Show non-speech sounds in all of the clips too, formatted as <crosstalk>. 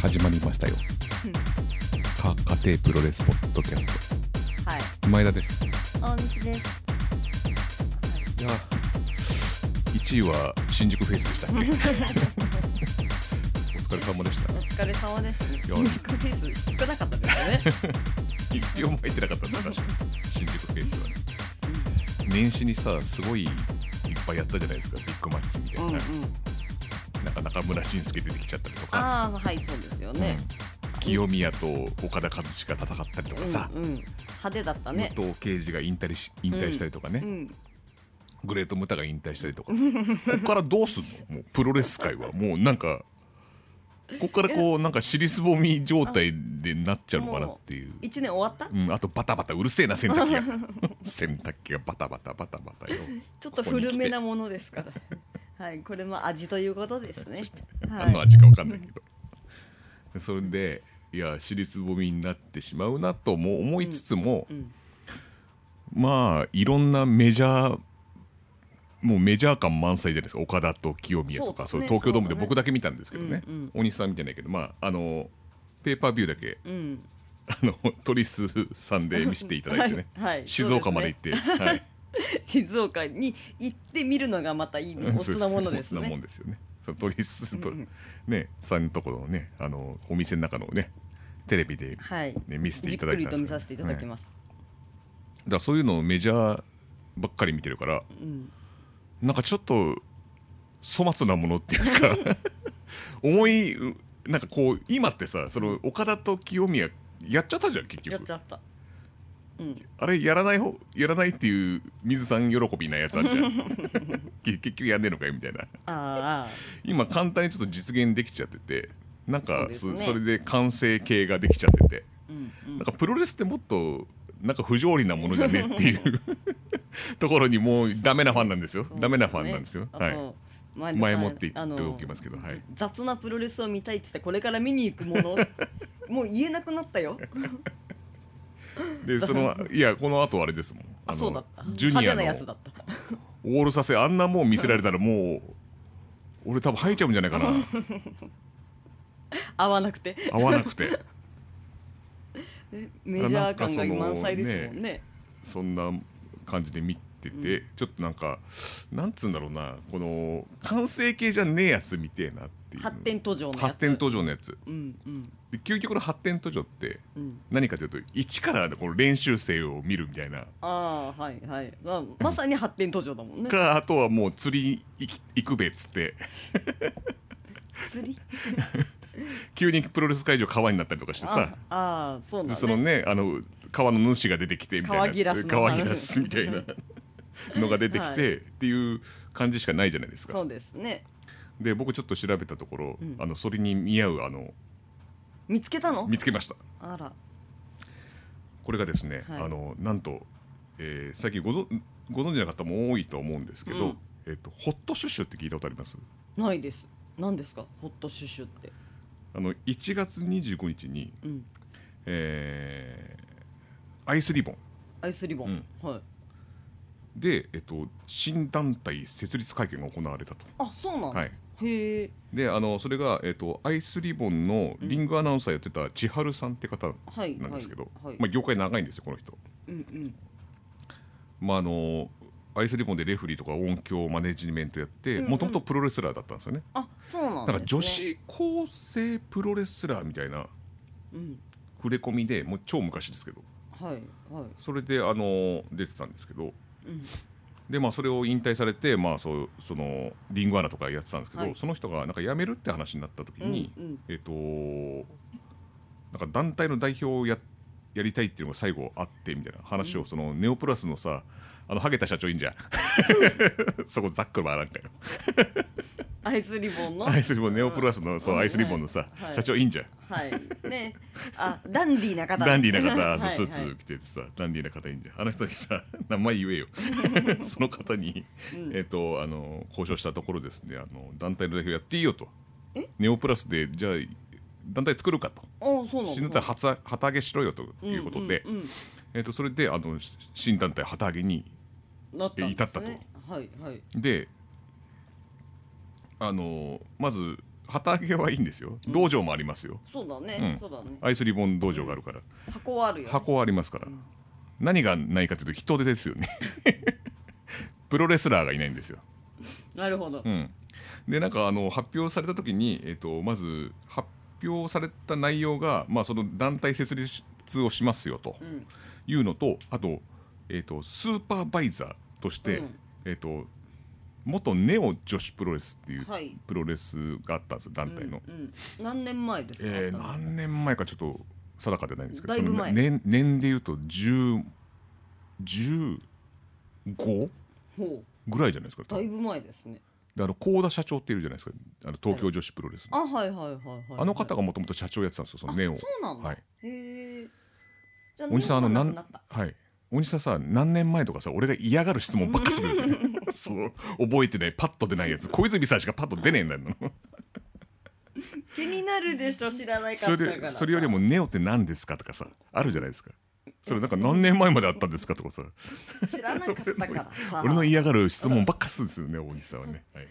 始まりましたよ。うんか家庭プロレスポッドキャスはいト。前田です。い大西ですや、1位は新宿フェイスでしたっ <laughs> けお疲れ様でしたお。疲れ様でしたねよ新宿ペース少なかったですよね一票も入ってなかったです、確か新宿フェイスはね。年始にさ、すごいいっぱいやったじゃないですか、ビッグマッチみ <laughs> たういんうな。んなんか中村慎介出てきちゃったりとか。ああはいそうですよねうん清宮と岡田和志が戦ったりとうかさ、んうん派手だったね武藤敬司が引退し引退したりとかね、うんグレート・ムタが引退したりとかこっからどうすんのもうプロレス界はもうなんかこっからこうなんか尻すぼみ状態でなっちゃうのかなっていう。一年終わったうん、あとバタバタうるせえな洗濯機が洗濯機がバタバタバタバタよちょっと古めなものですから <laughs> はいこれも味ということですねは何いの味か分かんないけど、それでいや尻すぼみになってしまうなとも思いつつも、うんまあいろんなメジャーもうメジャー感満載じゃないですか岡田と清宮とかそ、そううですね東京ドームでそうだね僕だけ見たんですけどね、うんうん大西さん見てないけどまああのペーパービューだけうんあのトリスさんで見せていただいてねはいはい静岡まで行って、はい、静岡に行ってみるのがまたいいねおつなものですおつなもねんですよねそのトリスと、うんうんねさんのところのねあのお店の中のねテレビで、はいね、見せてじいっただくいりたとん見ですけさどせていただきはましたいだからそういうのをメジャーばっかり見てるからうんなんかちょっと粗末なものっていう <laughs> か思いうなんかこう今ってさその岡田と清宮やっちゃったじゃん結やっ局たやったうんあれやらない方やらないっていう水さん喜びなやつあるじゃん <laughs> 結結局やんねえのかよみたいなああ今簡単にちょっと実現できちゃっててなんかそそうですねそれで完成形ができちゃっててうんうんなんかプロレスってもっとなんか不条理なものじゃねえっていう <laughs> ところにもうダメなファンなんですよダメなファンなんですよ、そうねあはいと前前もって言あのっておきますけどはいざ雑なプロレスを見たいって言ってこれから見に行くも <laughs> のもう言えなくなったよでそ <laughs> のいやこの後あれですもんあのそうだったジュニア派手なやつだのったオールさせあんなもん見せられたらもう俺多分吐いちゃうんじゃないかな合わなく <laughs> て合わなくてねメジャー感がなんかその満載ですもんねそんな感じで見てて、ちょっとなんかなんつうんだろうなこの完成形じゃねえやつみてえなっていう発展途上のやつ発展途上のやつうんうんで究極の発展途上ってうん何かというと一からこの練習生を見るみたいなああはいはいまあまさに発展途上だもんねかあとはもう釣り行き行くべっつって釣り急にプロレス会場川になったりとかしてさああーそうでだそのねねあの川の主が出てきてみたいな川ギラスの川ギラスみたいなのが出てきて、はいっていう感じしかないじゃないですそかうですねで僕ちょっと調べたところ、うんあのそれに見合うあの見つけたの見つけましたあらこれがですね、はいあのなんと、えー最近ご存ご存知の方も多いと思うんですけど、うんえっとホットシュッシュって聞いたことありますないです何ですかホットシュシュってあの1月25日に、うんえーアイスリボンアイスリボン、はいで、えっと、新団体設立会見が行われたと。あそうなんだ、はいへえであのそれが、えっとアイスリボンのリングアナウンサーやってた千春さんって方はいなんですけど、はいはいまあ、業界長いんですよこの人、うんまあ、あのアイスリボンでレフェリーとか音響マネジメントやってうんうんもともとプロレスラーだったんですよねあそうなんです、ね、なんか女子高生プロレスラーみたいなうん触れ込みでもう超昔ですけどはいはいそれであの出てたんですけどうんで、まあ、それを引退されて、まあ、そうそのリングアナとかやってたんですけど、はいその人がなんか辞めるって話になった時うんに、うんえっ、となんか団体の代表をややりたいっていうのが最後あってみたいな話を、そのネオプラスのさあのハゲた社長いんじゃん <laughs> そこざっくり回らんかよアイスリボンのア <laughs> イスリボンネオプラスのそううんアイスリボンのさ、はい社長いいんじゃんはいねあダンディーな方ダンディーな方あはのいスーツ着ててさ、ダンディーな方いいんじゃんあの人にさ <laughs> 名前言 <laughs> えよその方に、うんえっ、とあの交渉したところですねあの団体の代表やっていいよとえネオプラスでじゃあ団体作るかとはい、あそうなんだ死ぬたら旗旗揚げしろよということで、うんうんえー、とそれであのし新団体旗揚げにうん、なったんです、ね、至ったとはいはいであのーまず旗揚げはいいんですよ道場もありますよそうだね、うんそうだねアイスリボン道場があるから箱はあるよ箱はありますから何がないかというと人手ですよね <laughs> プロレスラーがいないんですよなるほど、うん、でなんかあの発表された時に、えっとまず発表された内容が、まあ、その団体設立をしますよとうんいうのとあと,、えっとスーパーバイザーとして、うんえっと元ネオ女子プロレスっていうはいプロレスがあったんですよ団体の、うんうん何年前ですか、えーあったの何年前かちょっと定かではないんですけどだいぶその前年年でいうと10 15ほぐらいじゃないですかう多だい分ぶ前ですねであの幸田社長っているじゃないですかあの東京女子プロレスのあはいはいはいはい、はい、あの方がもともと社長やってたんですよ、そのネオあ。そうなんだ、はいへえじゃあおじさん、あの、ネオなはんくった、はい。おじさんさ、何年前とかさ、俺が嫌がる質問ばっかするよね。 <laughs> そう、覚えてない、パッと出ないやつ、小泉さんしかパッと出ねえんだよ。 <laughs> 気になるでしょ知らないかそったれからで、さそれよりも、ネオって何ですかとかさ、あるじゃないですか。それなんか何年前まであったんですかとかさ、知らなかったからさ <laughs> 俺の嫌がる質問ばっかするんですよね、おじさんはね。はい。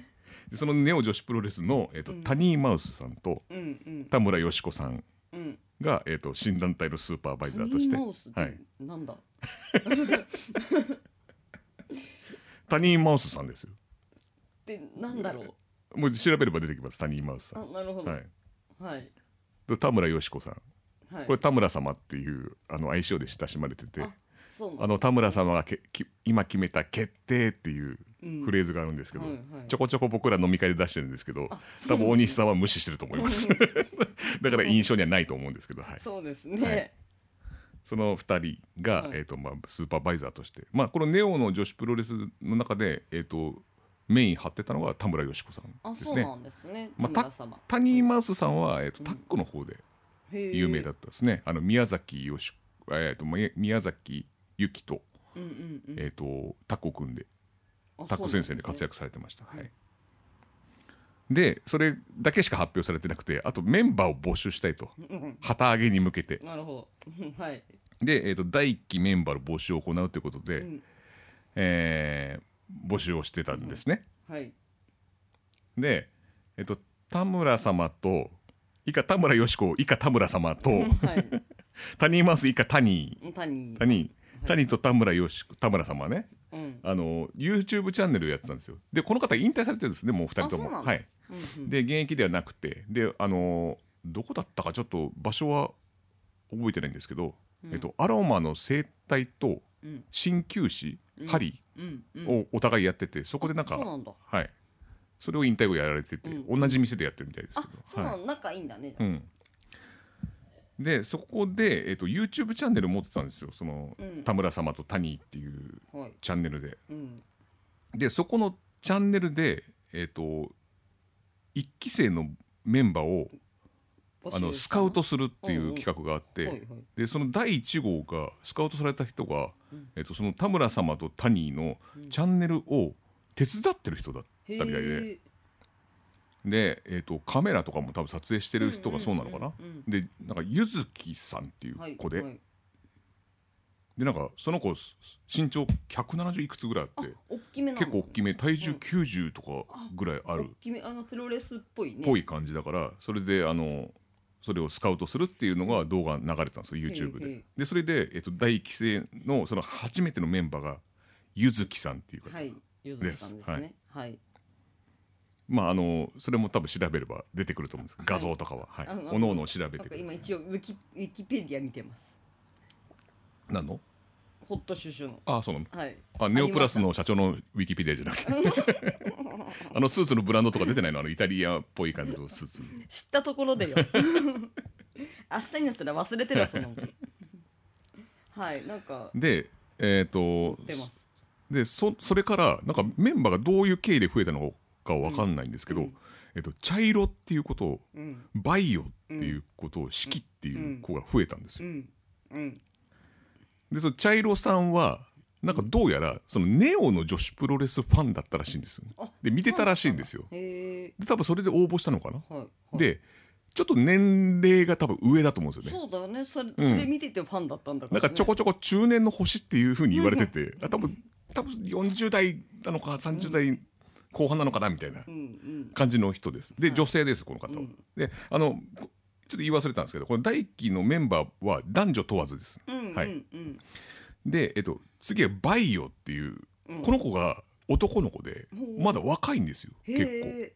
でそのネオ女子プロレスの、えっとうんタニーマウスさんとうんうん田村よし子さんうんが、えっと新団体のスーパーバイタザーニとしてーマウスっはいてなんだ、タニーマウスさんですよってなんだろうもう調べれば出てきます、タニーマウスさあん。なるほどははいい、はい、で田村よし子さん、これ、田村様っていうあの愛称で親しまれてて、あそうなあんだの田村様がけき今決めた決定っていううんフレーズがあるんですけど、はいはいちょこちょこ僕ら飲み会で出してるんですけどあ、そうな多んだ分大西さんは無視してると思います。 <laughs> だから印象にはないと思うんですけど、はい、そうですね、はいその2人が、はいえーとまあ、スーパーバイザーとして、まあ、このネオの女子プロレスの中で、えー、とメイン張ってたのが田村よし子さんあでそすうねな。んですねまあ田村た様、タニーマウスさんは、えー、とタックの方で有名だっったですね。あの宮崎よし、えー、とみ宮崎由紀と,、た、うんうんうん、えー、とタッグを組んであタッグ先生で活そう躍されてました。はいでそれだけしか発表されてなくてあとメンバーを募集したいとなんですね旗揚げに向けてうんうんなるほど <laughs> はい、で、えー、と第1期メンバーの募集を行うということで、うんえー募集をしてたんですね。はいで、えー、と田村様と以下田村よし子以下田村様とはい <laughs> タニーマウス以下タニー。谷谷谷と田村よし田村様はねうんうんあの YouTube チャンネルをやってたんですよでこの方引退されてるんですねもう2人とあそうなもんだはいうんで現役ではなくてであのどこだったかちょっと場所は覚えてないんですけど、うんえっと、アロマの生態とうん鍼灸師うん針うんうんをお互いやっててそこでなんかそうなんだはいそれを引退後やられてて、う同じ店でやってるみたいですけあどそうはいなの仲いいんだねうん、でそこで、えっと YouTube チャンネル持ってたんですよその、うん田村様と谷っていうはいチャンネルでうんでそこのチャンネルで、えっと1期生のメンバーを募集あのスカウトするっていうんううん企画があって、はいはいでその第1号がスカウトされた人が、うんえっとその田村様と谷のチャンネルを手伝ってる人だったみたいで。へーで、えー、とカメラとかも多分撮影してる人がそうなのかな、うんうんうんでなんかゆずきさんっていう子で、はいはいでなんかその子す身長170いくつぐらいああって大きめなの結構大きめ体重うん90とかぐらいあ大るっきめあのプロレスっぽいねぽい感じだからそれであのそれをスカウトするっていうのが動画流れたんですよう YouTube んうでん。でそれで、えー、と第一期生のその初めてのメンバーがゆずきさんっていう方、はいゆずさんですねはいまああのそれも多分調べれば出てくると思うんですけど画像とかは、はいあのおのおの調べなんてかくだ今さい一応ウィキウィキペディア見てます何のホットシュシュのあそうなのはいあネオプラスの社長のウィキペディアじゃなくて <laughs> あのスーツのブランドとか出てないのあのイタリアっぽい感じのスーツ知ったところ <laughs> でよ明日になったら忘れてるわそんなのはいなんかでえっ、と出ますでそそれからなんかメンバーがどういう経緯で増えたのかわかんないんですけど、うんえっと茶色っていうことをうんバイオっていうことを四季っていう子が増えたんですうよ。んうんでその茶色さんはなんかどうやらそのネオの女子プロレスファンだったらしいんですよねあで見てたらしいんですよ。へえで多分それで応募したのかな。はいはいでちょっと年齢が多分上だと思うんですよね。そうだよねそれ,、うんそれ見ててファンだったんだかなんら、ね、かちょこちょこ中年の星っていうふうに言われてて、あ多分多分40代なのか30代後半なのかなみたいなうんうん感じの人ですで女性ですこの方は、うんであのちょっと言い忘れたんですけどこの大輝のメンバーは男女問わずです、うんうんはうい、んで、えっと、次はバイオっていう、うんこの子が男の子でほうまだ若いんですよ結構へえ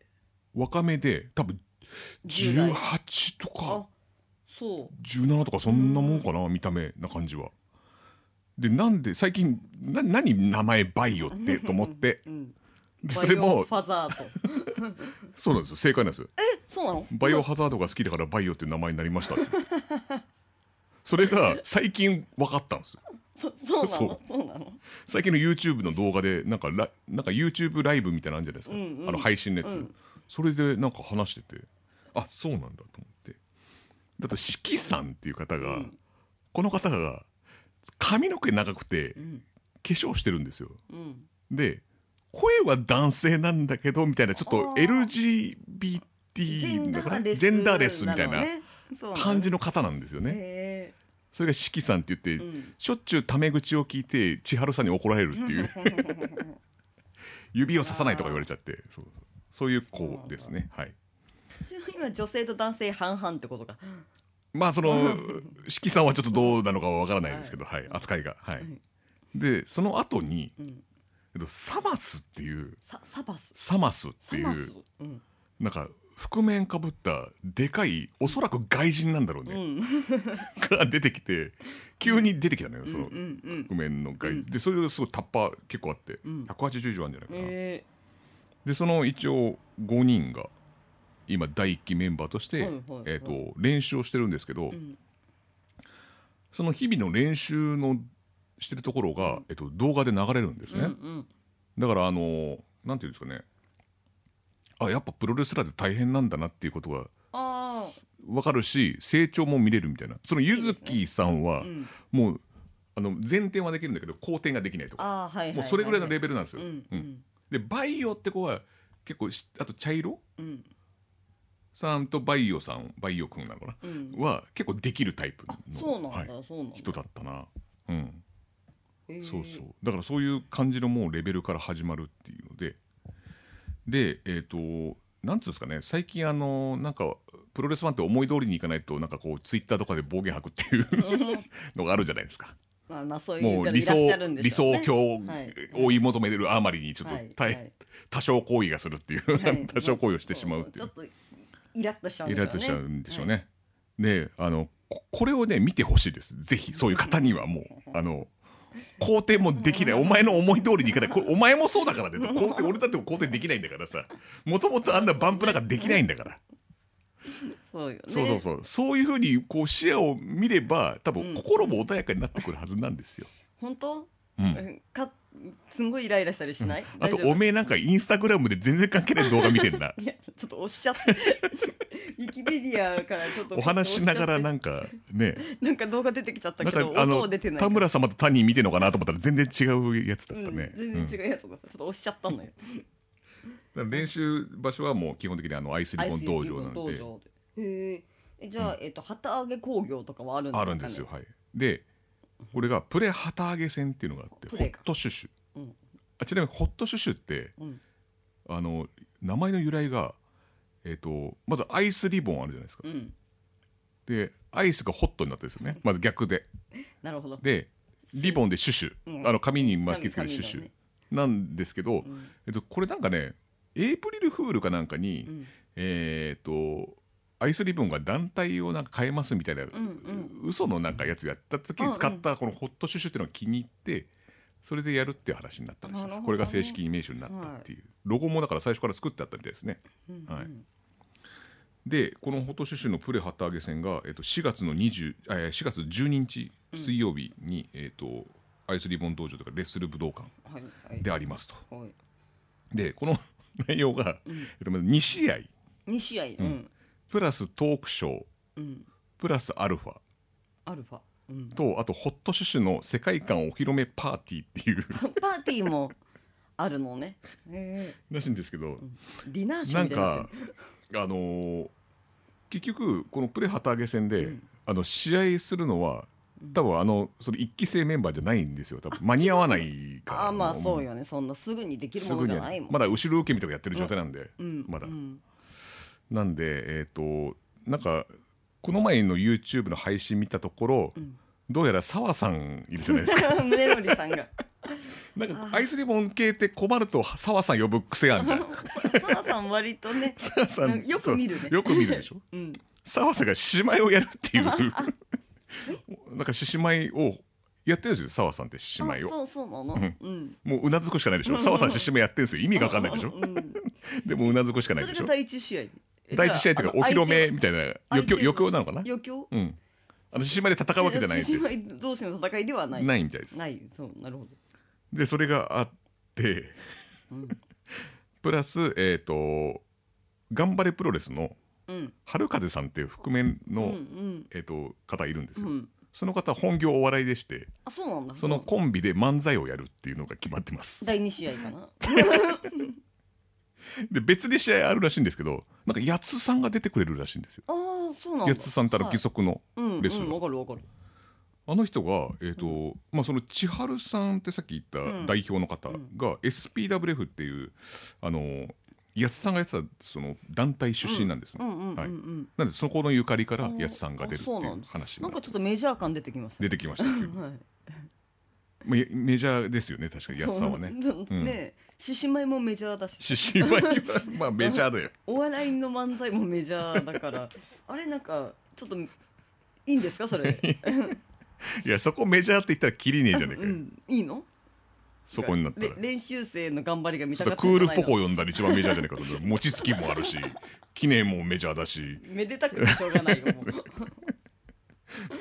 若めで多分10代18とかあそう17とかそんなもんかな見た目な感じは。でなんで最近な何名前バイオってと <laughs> 思ってうんでそれもバイオファザーとそうなんですよ正解なんですよそうなのバイオハザードが好きだからバイオって名前になりましたって <laughs> それが最近分かったんですよそそうなそうのそうなの最近の YouTube の動画でなんかラなんか YouTube ライブみたいなのあるんじゃないですか、うんうんあの配信のやつ、うんそれでなんか話しててあそうなんだと思ってだって四季さんっていう方が、うんこの方が髪の毛長くてうん化粧してるんですようんで声は男性なんだけどみたいなちょっとあー LGBT だからジェンダーレスみたいな感じのの方なんですよね、へそれが四季さんって言っえて、うんしょっちゅうタメ口を聞いて千春さんに怒られるっていう指をささないとか言われちゃってそうそういう子ですねはい <laughs> 今女性と男性半々ってことかまあそ <laughs> の四季さんはちょっとどうなのかはわからないですけど、はい扱いがはい、うんでその後にうんえっとサマスっていうササバスサマスってサいマスううんなんか覆面かぶったでかいおそらく外人なんだろううね、んが出てきて急に出てきたのよそのうんうん覆面の外人、うんでそれがすごいタッパー結構あって、うん180以上あるんじゃないかうんな、へでその一応5人が今第1期メンバーとして、はいはいはいえー、と練習をしてるんですけど、えうんその日々の練習のしてるところが、えっと動画で流れるんですうね、んうんだからあのーなんていうんですかねあやっぱプロレスラーで大変なんだなっていうことがあ分かるし成長も見れるみたいなそのゆずきさんはあうんもうあの前転はできるんだけど後転ができないとかああはいはいはもうそれぐらいのレベベルなんですうよ。んううんんでバイオって子は結構しあと茶色うんさんとバイオさんバイオくんなのかなうんは結構できるタイプあのそうなはんいだそうなんだ人だったな、うんへえそうそうだからそういう感じのもうレベルから始まるっていうのででえっ、となんつうんですかね最近あのなんかプロレスファンって思い通りにいかないとなんかこうツイッターとかで暴言吐く <laughs> っていうのがあるじゃないですかまあまあそういうも方うい理ら想っしゃるんで理しょうね想郷をはい追い求めるあまりにちょっとはい大はい多少行為がするっていう、はい <laughs> 多少行為をしてしまうっていちょうっとイラッとしちゃうんイでしょうねラッとしちゃうんでしょうね。であのここれをね見てほしいですぜひそういう方にはもうあの肯定もできないお前の思い通りにいかないこれお前もそうだからねと肯定俺だって肯定できないんだからさもともとあんなバンプなんかできないんだから、そうよねそうそうそうそういうふうにこう視野を見れば多う分ん心も穏やかになってくるはずなんですよ。本当うんうんかすんごいイライラしたりしない、あと大丈夫おめえなんかインスタグラムで全然関係ない動画見てん <laughs> ないやちょっと押しち <laughs> ゃってウィキペディアからちょっとお話しながらななんかねなんか動画出てきちゃったなけんかどあ音のは出てない田村様とタニー見てんのかなと思ったら全然違うやつだったね。うん、全然違うやつだ、ちょっと押しちゃったのよだから練習場所はもう基本的にあのアイスリボン道場なんアイスリでボン道場へええじゃあ、えっと旗揚げ工業とかはあるんですか、あね、るんですよ、はいでこれがプレ旗揚げ戦っていうのがあってプホレッかトシュシュ、うんあちなみにホットシュシュってうんあの名前の由来が、えっとまずアイスリボンあるじゃないですか、うんでアイスがホットになってるんですよねまず逆でなるほどでリボンでシュシュ、うんあの紙に巻きつけるシュシュ、紙のねなんですけど、うんえっと、これなんかねエイプリルフールかなんかに、うんえー、とアイスリボンが団体をなんか変えますみたいな、ん嘘のなんかやつやった時に使ったこのホットシュシュっていうのが気に入ってそれでやるっていう話になったらしいでなるほす、どねこれが正式名称になったっていう、ロゴもだから最初から作ってあったみたいですね。うんはいでこのホットシュシュのプレ旗揚げ戦が、えっと、4, 月の20えー4月12日水曜日に、えっとアイスリボン道場とかレッスル武道館はいはいでありますと。はいでこの内容が、えっと、まず2試合2試合うんプラストークショーうんプラスアルファアルファ、うん、 <laughs> とあとホットシュシュの世界観お披露目パーティーっていう <laughs> パーティーもあるのね、えらしいんですけど、ー、ディナーショーなんみたいになっかてるあのー結局このプレハタ揚げ戦で、あの試合するのは多分あのそれ一期生メンバーじゃないんですよ多分間に合わないからああまあもそうよねそんなすぐにできるすもぐのにじゃはないねもんまだ後ろ受け身とかやってる状態なんで、うんまだうんなんでえっ、となんかこの前の YouTube の配信見たところ、うんどうやら澤さんいるじゃないですか <laughs> 宗則さんがなんかアイスリボン系って困ると澤さん呼ぶ癖あ <laughs> るじゃん澤さん割とね澤さんよく見るねそうよく見る <laughs> でしょうん澤さんが獅子舞をやるって <laughs> いうなんか獅子舞をやってるんですよ澤さんって獅子あ舞をそうそうなのうんうんもううなずくしかないでしょ澤さん獅子舞やってるんですよ意味が分かんないでしょうんでもうなずくしかないそでれしがょ第一試合え第一試合というかお披露目みたいな余相興手余興なのかな余興うんあの獅子舞で戦うわけじゃないん獅で子舞同士の戦いではないないみたいですないそうなるほどでそれがあってうん <laughs> プラスえっ、と頑張れプロレスのうん春風さんっていう覆面の、うんえー、と方いるんですうんうよ、んその方本業お笑いでしてあそうなんだそのうなんだコンビで漫才をやるっていうのが決まってます第二試合かなで別で試合あるらしいんですけどなんか八つさんが出てくれるらしいんですよああそうなんだ八つさんたら義足の、うんレスラーうんわかるわかるあの人が、えーとまあ、その千春さんってさっき言うったん代表の方が SPWF っていうあの八つさんがやってたその団体出身なんですね、うんうんうんうはいんなんでそこのゆかりからうんやつさんが出るっていあそうなんうだ話にななんってかちょっとメジャー感出てきましたね出てきましたけど、はいまあ、やメジャーですよね確かにやつさんはねそううんね獅子舞もメジャーだし獅子舞はまあメジャーだよお笑いの漫才もメジャーだから <laughs> あれなんかちょっといいんですかそれ、いやそこメジャーって言ったらキリねえじゃねえうかよん、いいのそこになったられ練習生の頑張りが見ちょたっかとったクールポコ呼んだら一番メジャーじゃねえかと餅つきも <laughs> あるし記念もメジャーだしめでたくてしょうがないよも <laughs> う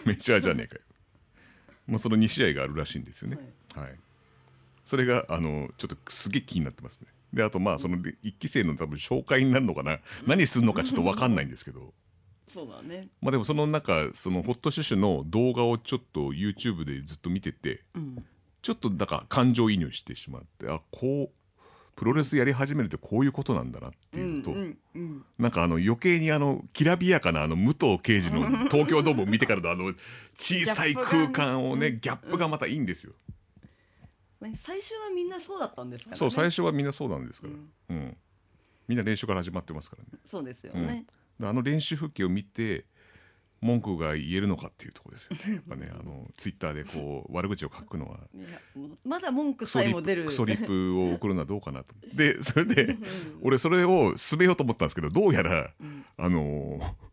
メジャーじゃねえかよまあその2試合があるらしいんですよねはい、それがあのちょっとすげえ気になってますねであとまあその1期生の多分紹介になるのかな何するのかちょっと分かんないんですけどそうだねまあでもその中そのホットシュシュの動画をちょっと YouTube でずっと見ててうんちょっとなんか感情移入してしまってあこうプロレスやり始めるってこういうことなんだなっうていうんのと、うんうんなんかあの余計にあのきらびやかなあの武藤 <laughs> 刑事の東京ドームを見てからのあの小さい空間をねギャップがまたいいんですよ。ね最初はみんなそうだったんですからねそう最初はみんなそうなんですから、うんうん、みんな練習から始まってますからね。そうですよね、であの練習風景を見て文句が言えるのかっていうところですよ <laughs> ね。やっぱねあのツイッターでこう悪口を書くのは。いやもうまだ文句クソさえリも出ップるクソリップを送るのはどうかなと。でそれ <laughs> でうん俺それを進めようと思ったんですけどどうやら、んあのー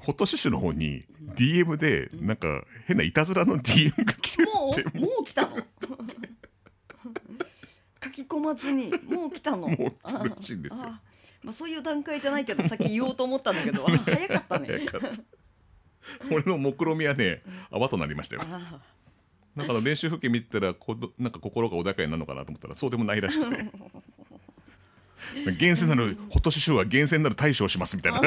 ホットシュシュの方に DM でなんか変ないたずらの DM が来てるもってうもう来たの <laughs> 書き込まずにもう来たの <laughs> もう来てるらしいんですよああまあ、そういう段階じゃないけどさっき言おうと思ったんだけどあ早かったね早かった俺の目論見みはね泡となりましたよあなんかあの練習風景見てたらこどなんか心が穏やかになるのかなと思ったらそうでもないらしくて厳選なるホットシュシュは厳選なる大将をしますみたいな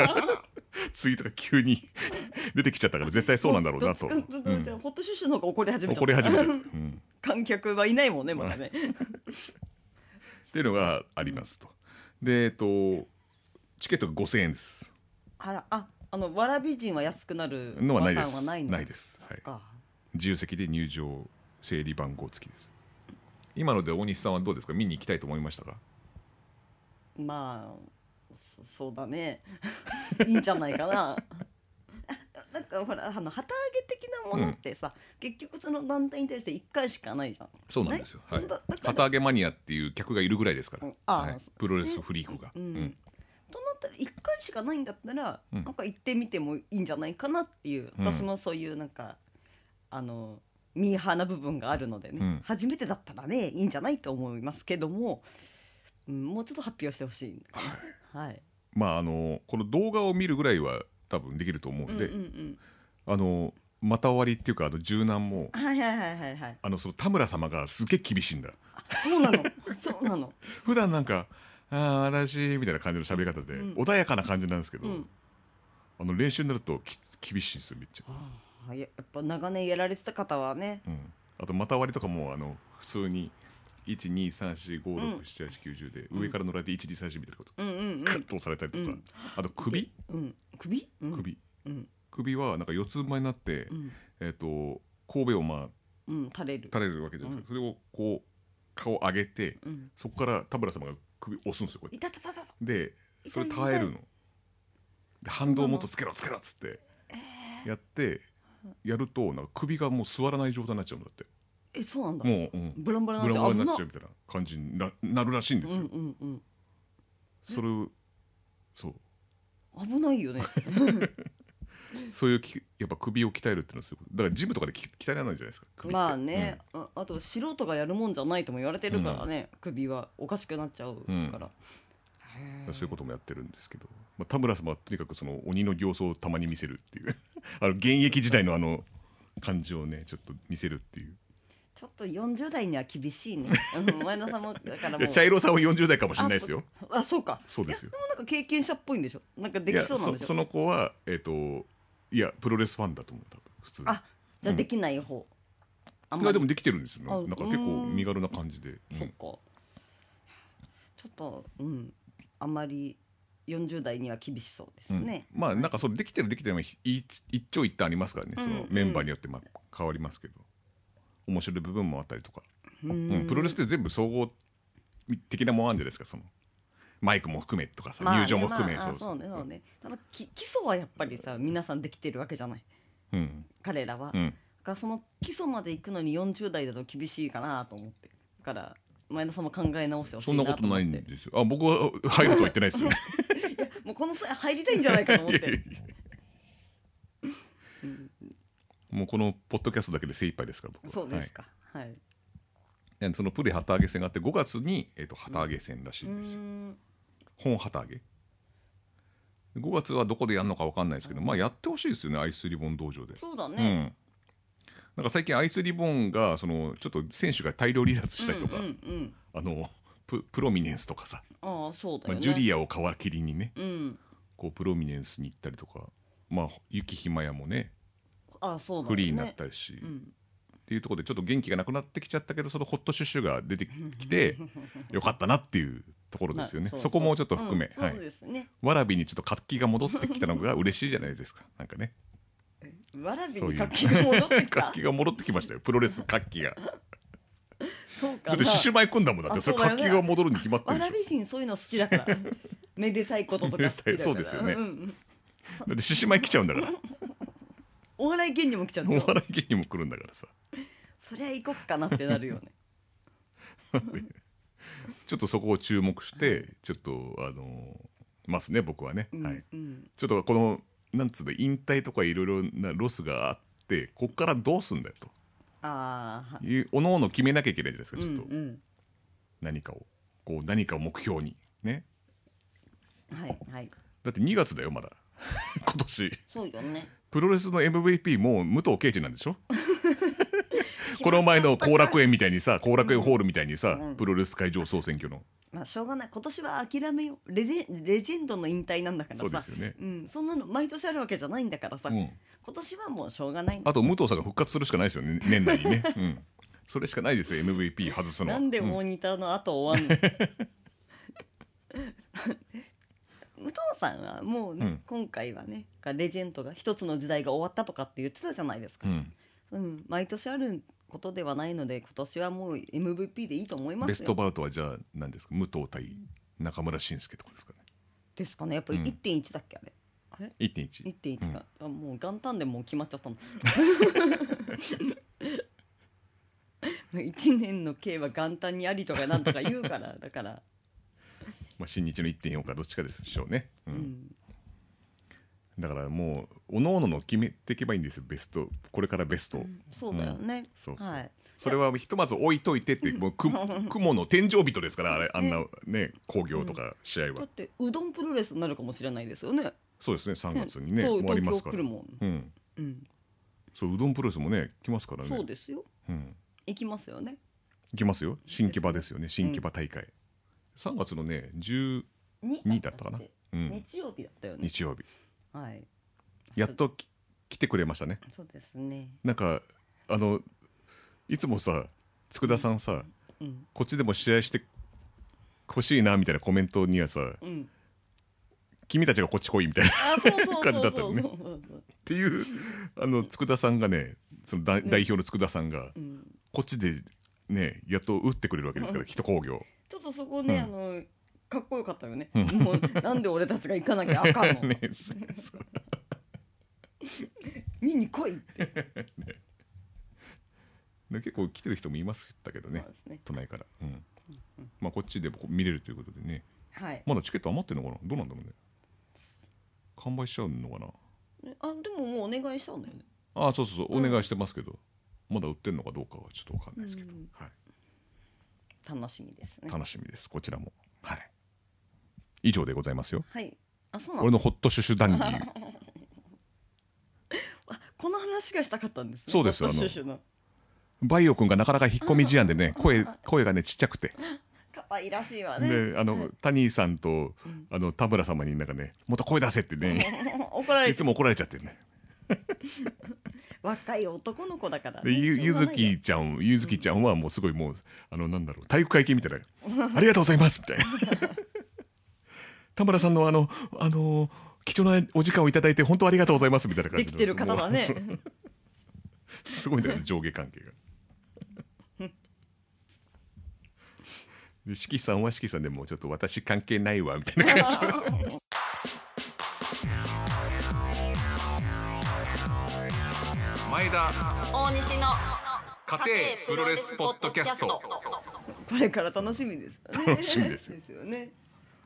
ツイートが急に <laughs> 出てきちゃったから絶対そうなんだろうなと、どっちかうんホットシュッシュの方が怒り始めちゃった怒り始めちゃった、うん観客はいないもんねまだねっていうのがありますと。で、えっと、チケットが5000円です。あらああのわらび人は安くなるのはないでパターンはす。ないのないです。はい。か自由席で入場整理番号付きです。今ので大西さんはどうですか見に行きたいと思いましたかまあそそうだねいいんじゃないかなあなんかほらあの旗揚げ的なものってさ、結局その団体に対して1回しかないじゃんそうなんですよ。はいねだだ。から旗揚げマニアっていう客がいるぐらいですからうん。あーはいそうプロレスフリークが。ううんんとなったら1回しかないんだったら、うんなんか行ってみてもいいんじゃないかなっていううん私もそういうなんか、あのミーハーな部分があるのでね、うん初めてだったらねいいんじゃないと思いますけども、うん、もうちょっと発表してほしいかな。はい、まあ、あの、この動画を見るぐらいは多分できると思ううんんうんうで、ん、あの、また終わりっていうか、あの、柔軟も、はいはいはいはいはいあの、その田村様がすげえ厳しいんだ。あそうなの <laughs> そうなの、普段なんか「ああ私」みたいな感じの喋り方で、うん穏やかな感じなんですけど、うん、あの練習になるとき厳しいんですよめっちゃ、あややっぱ長年やられてた方はねうん、あと股割りとかもあの普通に12345678910で、上から乗られて1234みたいなことうんうんカッと押されたりとか、うんあと首うん、うん、首、うん、首うん首はなんか四つん這いになって、うんえっ、と神戸をまあうん垂れる垂れるわけじゃないですか、それをこう顔上げてうんそこから田村様が首を押すんですよこうやいたたたたたってでそれ耐えるので反動をもっとつけろつけろっつってやってやるとなんか首がもう座らない状態になっちゃうんだってえそうなんだもう、うん、ブランブランブラにブラにななっっちちゃゃうみたいな感じにななるらしいんですうよ、危なうんうんそれをそううん危ない <laughs> よねそういうきやっぱ首を鍛えるっていうのはすごいだからジムとかでき鍛えられないじゃないですか首ってまあね、ああと素人がやるもんじゃないとも言われてるからね、首はおかしくなっちゃうから、うんへそういうーこともやってるんですけど、まあ、田村様はとにかくその鬼の形相をたまに見せるっていう <laughs> あの現役時代のあの感じをねちょっと見せるっていうちょっと40代には厳しいねうん前田さんもだからいもやう茶色さんは40代かもしれないですよあそうかそうですよいやでもなんか経験者っぽいんでしょなんかできいやそうなんでしょその子はえっ、といやプロレスファンだと思う多分普通にあじゃあできない方、あいやでもできてるんですよあなんか結構身軽な感じで、うんそっかちょっとうんあんまり40代には厳しそうですね、うんまあなんかそれできてるできてないはひ一一長一短ありますからね、うんそのメンバーによってまあ変わりますけど面白い部分もあったりとか、ううんんプロレスって全部総合的なもんあるんじゃないですかそのマイクも含めとかさ、まあね入場も含め、まああそうねそうねただき基礎はやっぱりさ皆さんできてるわけじゃないうん彼らは、うだんからその基礎まで行くのに40代だと厳しいかなと思ってだから前田さんも考え直してほしそいんななとこ思ってとないんですよあ僕は入るとは言ってないです <laughs> よねもうこの際入りたいんじゃないかと思っいやていやいやもうこのポッドキャストだけで精一杯ですから僕はそうですかはい、はいでそのプレ旗揚げ戦があって5月に、えっと旗揚げ戦らしいうんですよ、ん本旗揚げ5月はどこでやるのか分かんないですけど、まあやってほしいですよねアイスリボン道場で、そうだうね、んなんか最近アイスリボンがそのちょっと選手が大量離脱したりとか、うんうんうんあのププロミネンスとかさ、ああそうだよまあ、ね。ジュリアを皮切りにねうん。こうプロミネンスに行ったりとかまあ雪ひまやもねああそうだ、ね。フリーになったりし、うっん。ていうところでちょっと元気がなくなってきちゃったけどそのホットシュシュが出て <laughs> きてよかったなっていうところですよね、まあうそこもちょっと含め、うんはいそうですね。わらびにちょっと活気が戻ってきたのが嬉しいじゃないです <laughs> か。なんかね、わらびそういにう活気が戻ってき <laughs> た活。気が戻ってきましたよ。プロレス活気が。そうかだっな。て獅子舞組んだもんだって、あそれそうだよ活ね気が戻るに決まってわるでらしょ。び人そういうの好きだ <laughs> から。めでたいこととか好きだかめら。でたいそうですよねんうん。だって獅子舞来ちゃうんだ <laughs> から、お笑い芸人も来ちゃうんおですよ。笑い芸人も来るんだからさ。そりゃ行こっかなってなるよ <laughs> ね。ちょっとそこを注目して、ちょっとあのますね。僕はね、うんはい。うん。ちょっとこのなんつうの引退とかいろいろなロスがあって、こっからどうすんだよああ。はという各々決めなきゃいけないじゃないですか。うちょっんとうん。何かをこう何かを目標にね。はいはい。だって2月だよまだ <laughs> 今年。そうよね。プロレスの MVP も武藤敬司なんで <laughs> しょこの前の後楽園みたい <laughs> にさ後楽園ホールみたいにさ、うんプロレス会場総選挙のまあしょうがない。今年は諦めよう。レジェレジェンドの引退なんだからさ。そうですよね、うん。そんなの毎年あるわけじゃないんだからさ。今年はもうしょうがないんだあと武藤さんが復活するしかないです <laughs> よね年内にね、うん、それしかないですよ MVP 外すのはなんでモニターの後終わんの <laughs> 武藤さんはもうね、うん今回はねレジェンドが一つの時代が終わったとかって言ってたじゃないですうか、んうん毎年あることではないので今年はもう MVP でいいと思いうんますよベストバウトはじゃあ何ですか武藤対中村慎介とかですかねですかねやっぱりうん1.1だっけあれあれ1.1 1.1か、あもう元旦でもう決まっちゃ <laughs> ったの一年の刑は元旦にありとかなんとか言うからだから、まあ新日の1.4かどっちかでしょうね、ううんん、だからもう各々の決めていけばいいんですよベストこれからベストを、そうだよね、そうそうはいそれはひとまず置いといて <laughs> ってもうく雲の天井人ですからあれあんなね興行とか試合だはってうどんプロレスになるかもしれないですよね。そうですね3月にねそう終わりますか東京来るらもん。うんうん、そううどんプロレスもね来ますからねそうですよ。うん行きますよね。行きますよ新木場ですよね新木場大会3月のね12だったかなうん日曜日だったよね。日曜日はい。やっとき来てくれましたねそうですね。なんかあのいつもさ佃さんさうん。こっちでも試合して欲しいなみたいなコメントにはさ <laughs> うん。君たちがこっち来いみたいなあ、そうそうそう感じだったそようねそうそうそう。っていうあの佃さんがねその代代表の佃さんがうん、こっちでねやっと打ってくれるわけですから一工業 <laughs> ちょっとそこね、うんあのかっこよかったよね、もうなんで俺たちが行かなきゃあかんの、ねそう <laughs> 見に来いってね結構来てる人もいましたけどねそうですね都内から、うんまあ、こっちでこう見れるということでねはいまだチケット余ってるのかなどうなんだろうね完売しちゃうのかなあでももうお願いしたんだよねああそうそうそうお願いしてますけど、まだ売ってるのかどうかはちょっとわかんないですけど、うんはい楽しみですね楽しみですこちらもはい以上でございますよはいあそうな俺ののホットシュシュダンディあこの話がしたかったんですねそうですよホットシュシュのバイオ君がなかなか引っ込み思案でね声声がねちっちゃくて可愛らしいわねであの谷さんとあの田村様になんかねもっと声出せってね <laughs> 怒られいてつも怒られちゃってね若い男の子だから、でね、ゆしゆょうがずないよきちゃんゆずきちゃんはもうすごいもうあのなんだろう体育会 <laughs> 系みたいな「ありがとうございます」みたいな田村さんのあのあの貴重なお時間をいただいて本当ありがとうございますみたいな感じでのきてる方 <laughs> だねもうすごいんだよね上下関係が。で四季さんは四季さんでもうちょっと私関係ないわみたいな感じの前田大西の家庭プロレスポッドキャストこれから楽しみですよね楽しみですよよね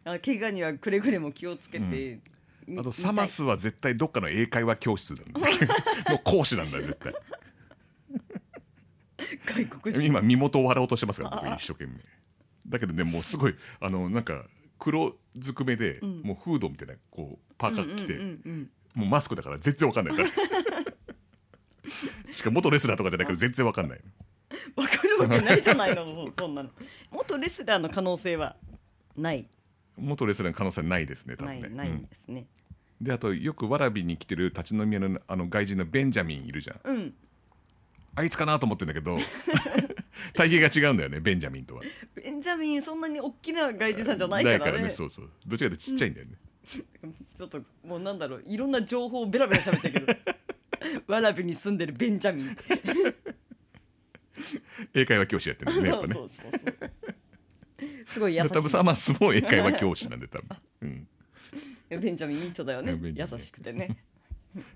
あ怪我にはくれぐれも気をつけて、みあとサマスは絶対どっかの英会話教 <laughs> 室なんだの講師なんだよ絶対見たい外国人今身元を笑おうとしてますから僕一生懸命だけどねもうすごいあのなんか黒ずくめで、もうフードみたいなこうパーカー着て、うんうんうんもうマスクだから全然わか <laughs> んないからしかも元レスラーとかじゃないから全然わかんないうん、わかるわけないじゃ <laughs> ないのもうそんなの元レスラーの可能性はない元レスラーの可能性はないですね多な分いねないんですねうんであとよくわらびに来てる立ち飲み屋のあの外人のベンジャミンいるじゃんうん、あいつかなと思ってんだけ <laughs> ど体型が違うんだよねベンジャミンとはベンジャミンそんなに大きな外人さんじゃないからねそうそうどっちかってちっちゃいんだよね、ちょっともうなんだろういろんな情報をベラベラ喋って <laughs> るけどわらびに住んでるベンジャミン英会話教師やってるんだよねやっぱね <laughs> そうそうそうすごい優し多分サマスも英会話教師なんで多分、うん、いベンジャミンいい人だよねうんベンジャミン優しくてね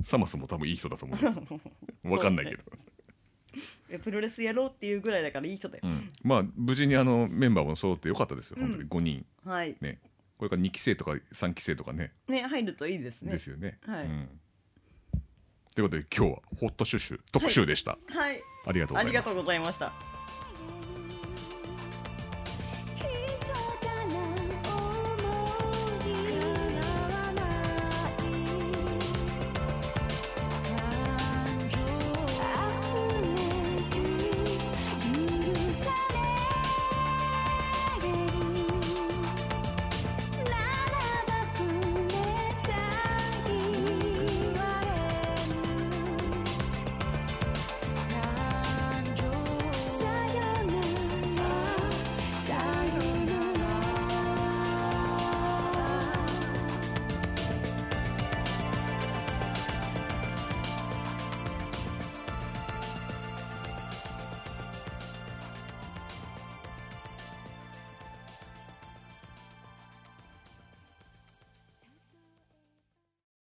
サマスも多分いい人だと思 <laughs> うわかんないけど、いやプロレスやろうっていうぐらいだからいい人だよう、ん、まあ無事にあのメンバーも揃ってよかったですよ本当に5人はいねこれから2期生とか3期生とかねね入るといいですねですよね、はいうんということで今日はホットシュシュ特集でした、はいありがとうごあざりいまがすとうございました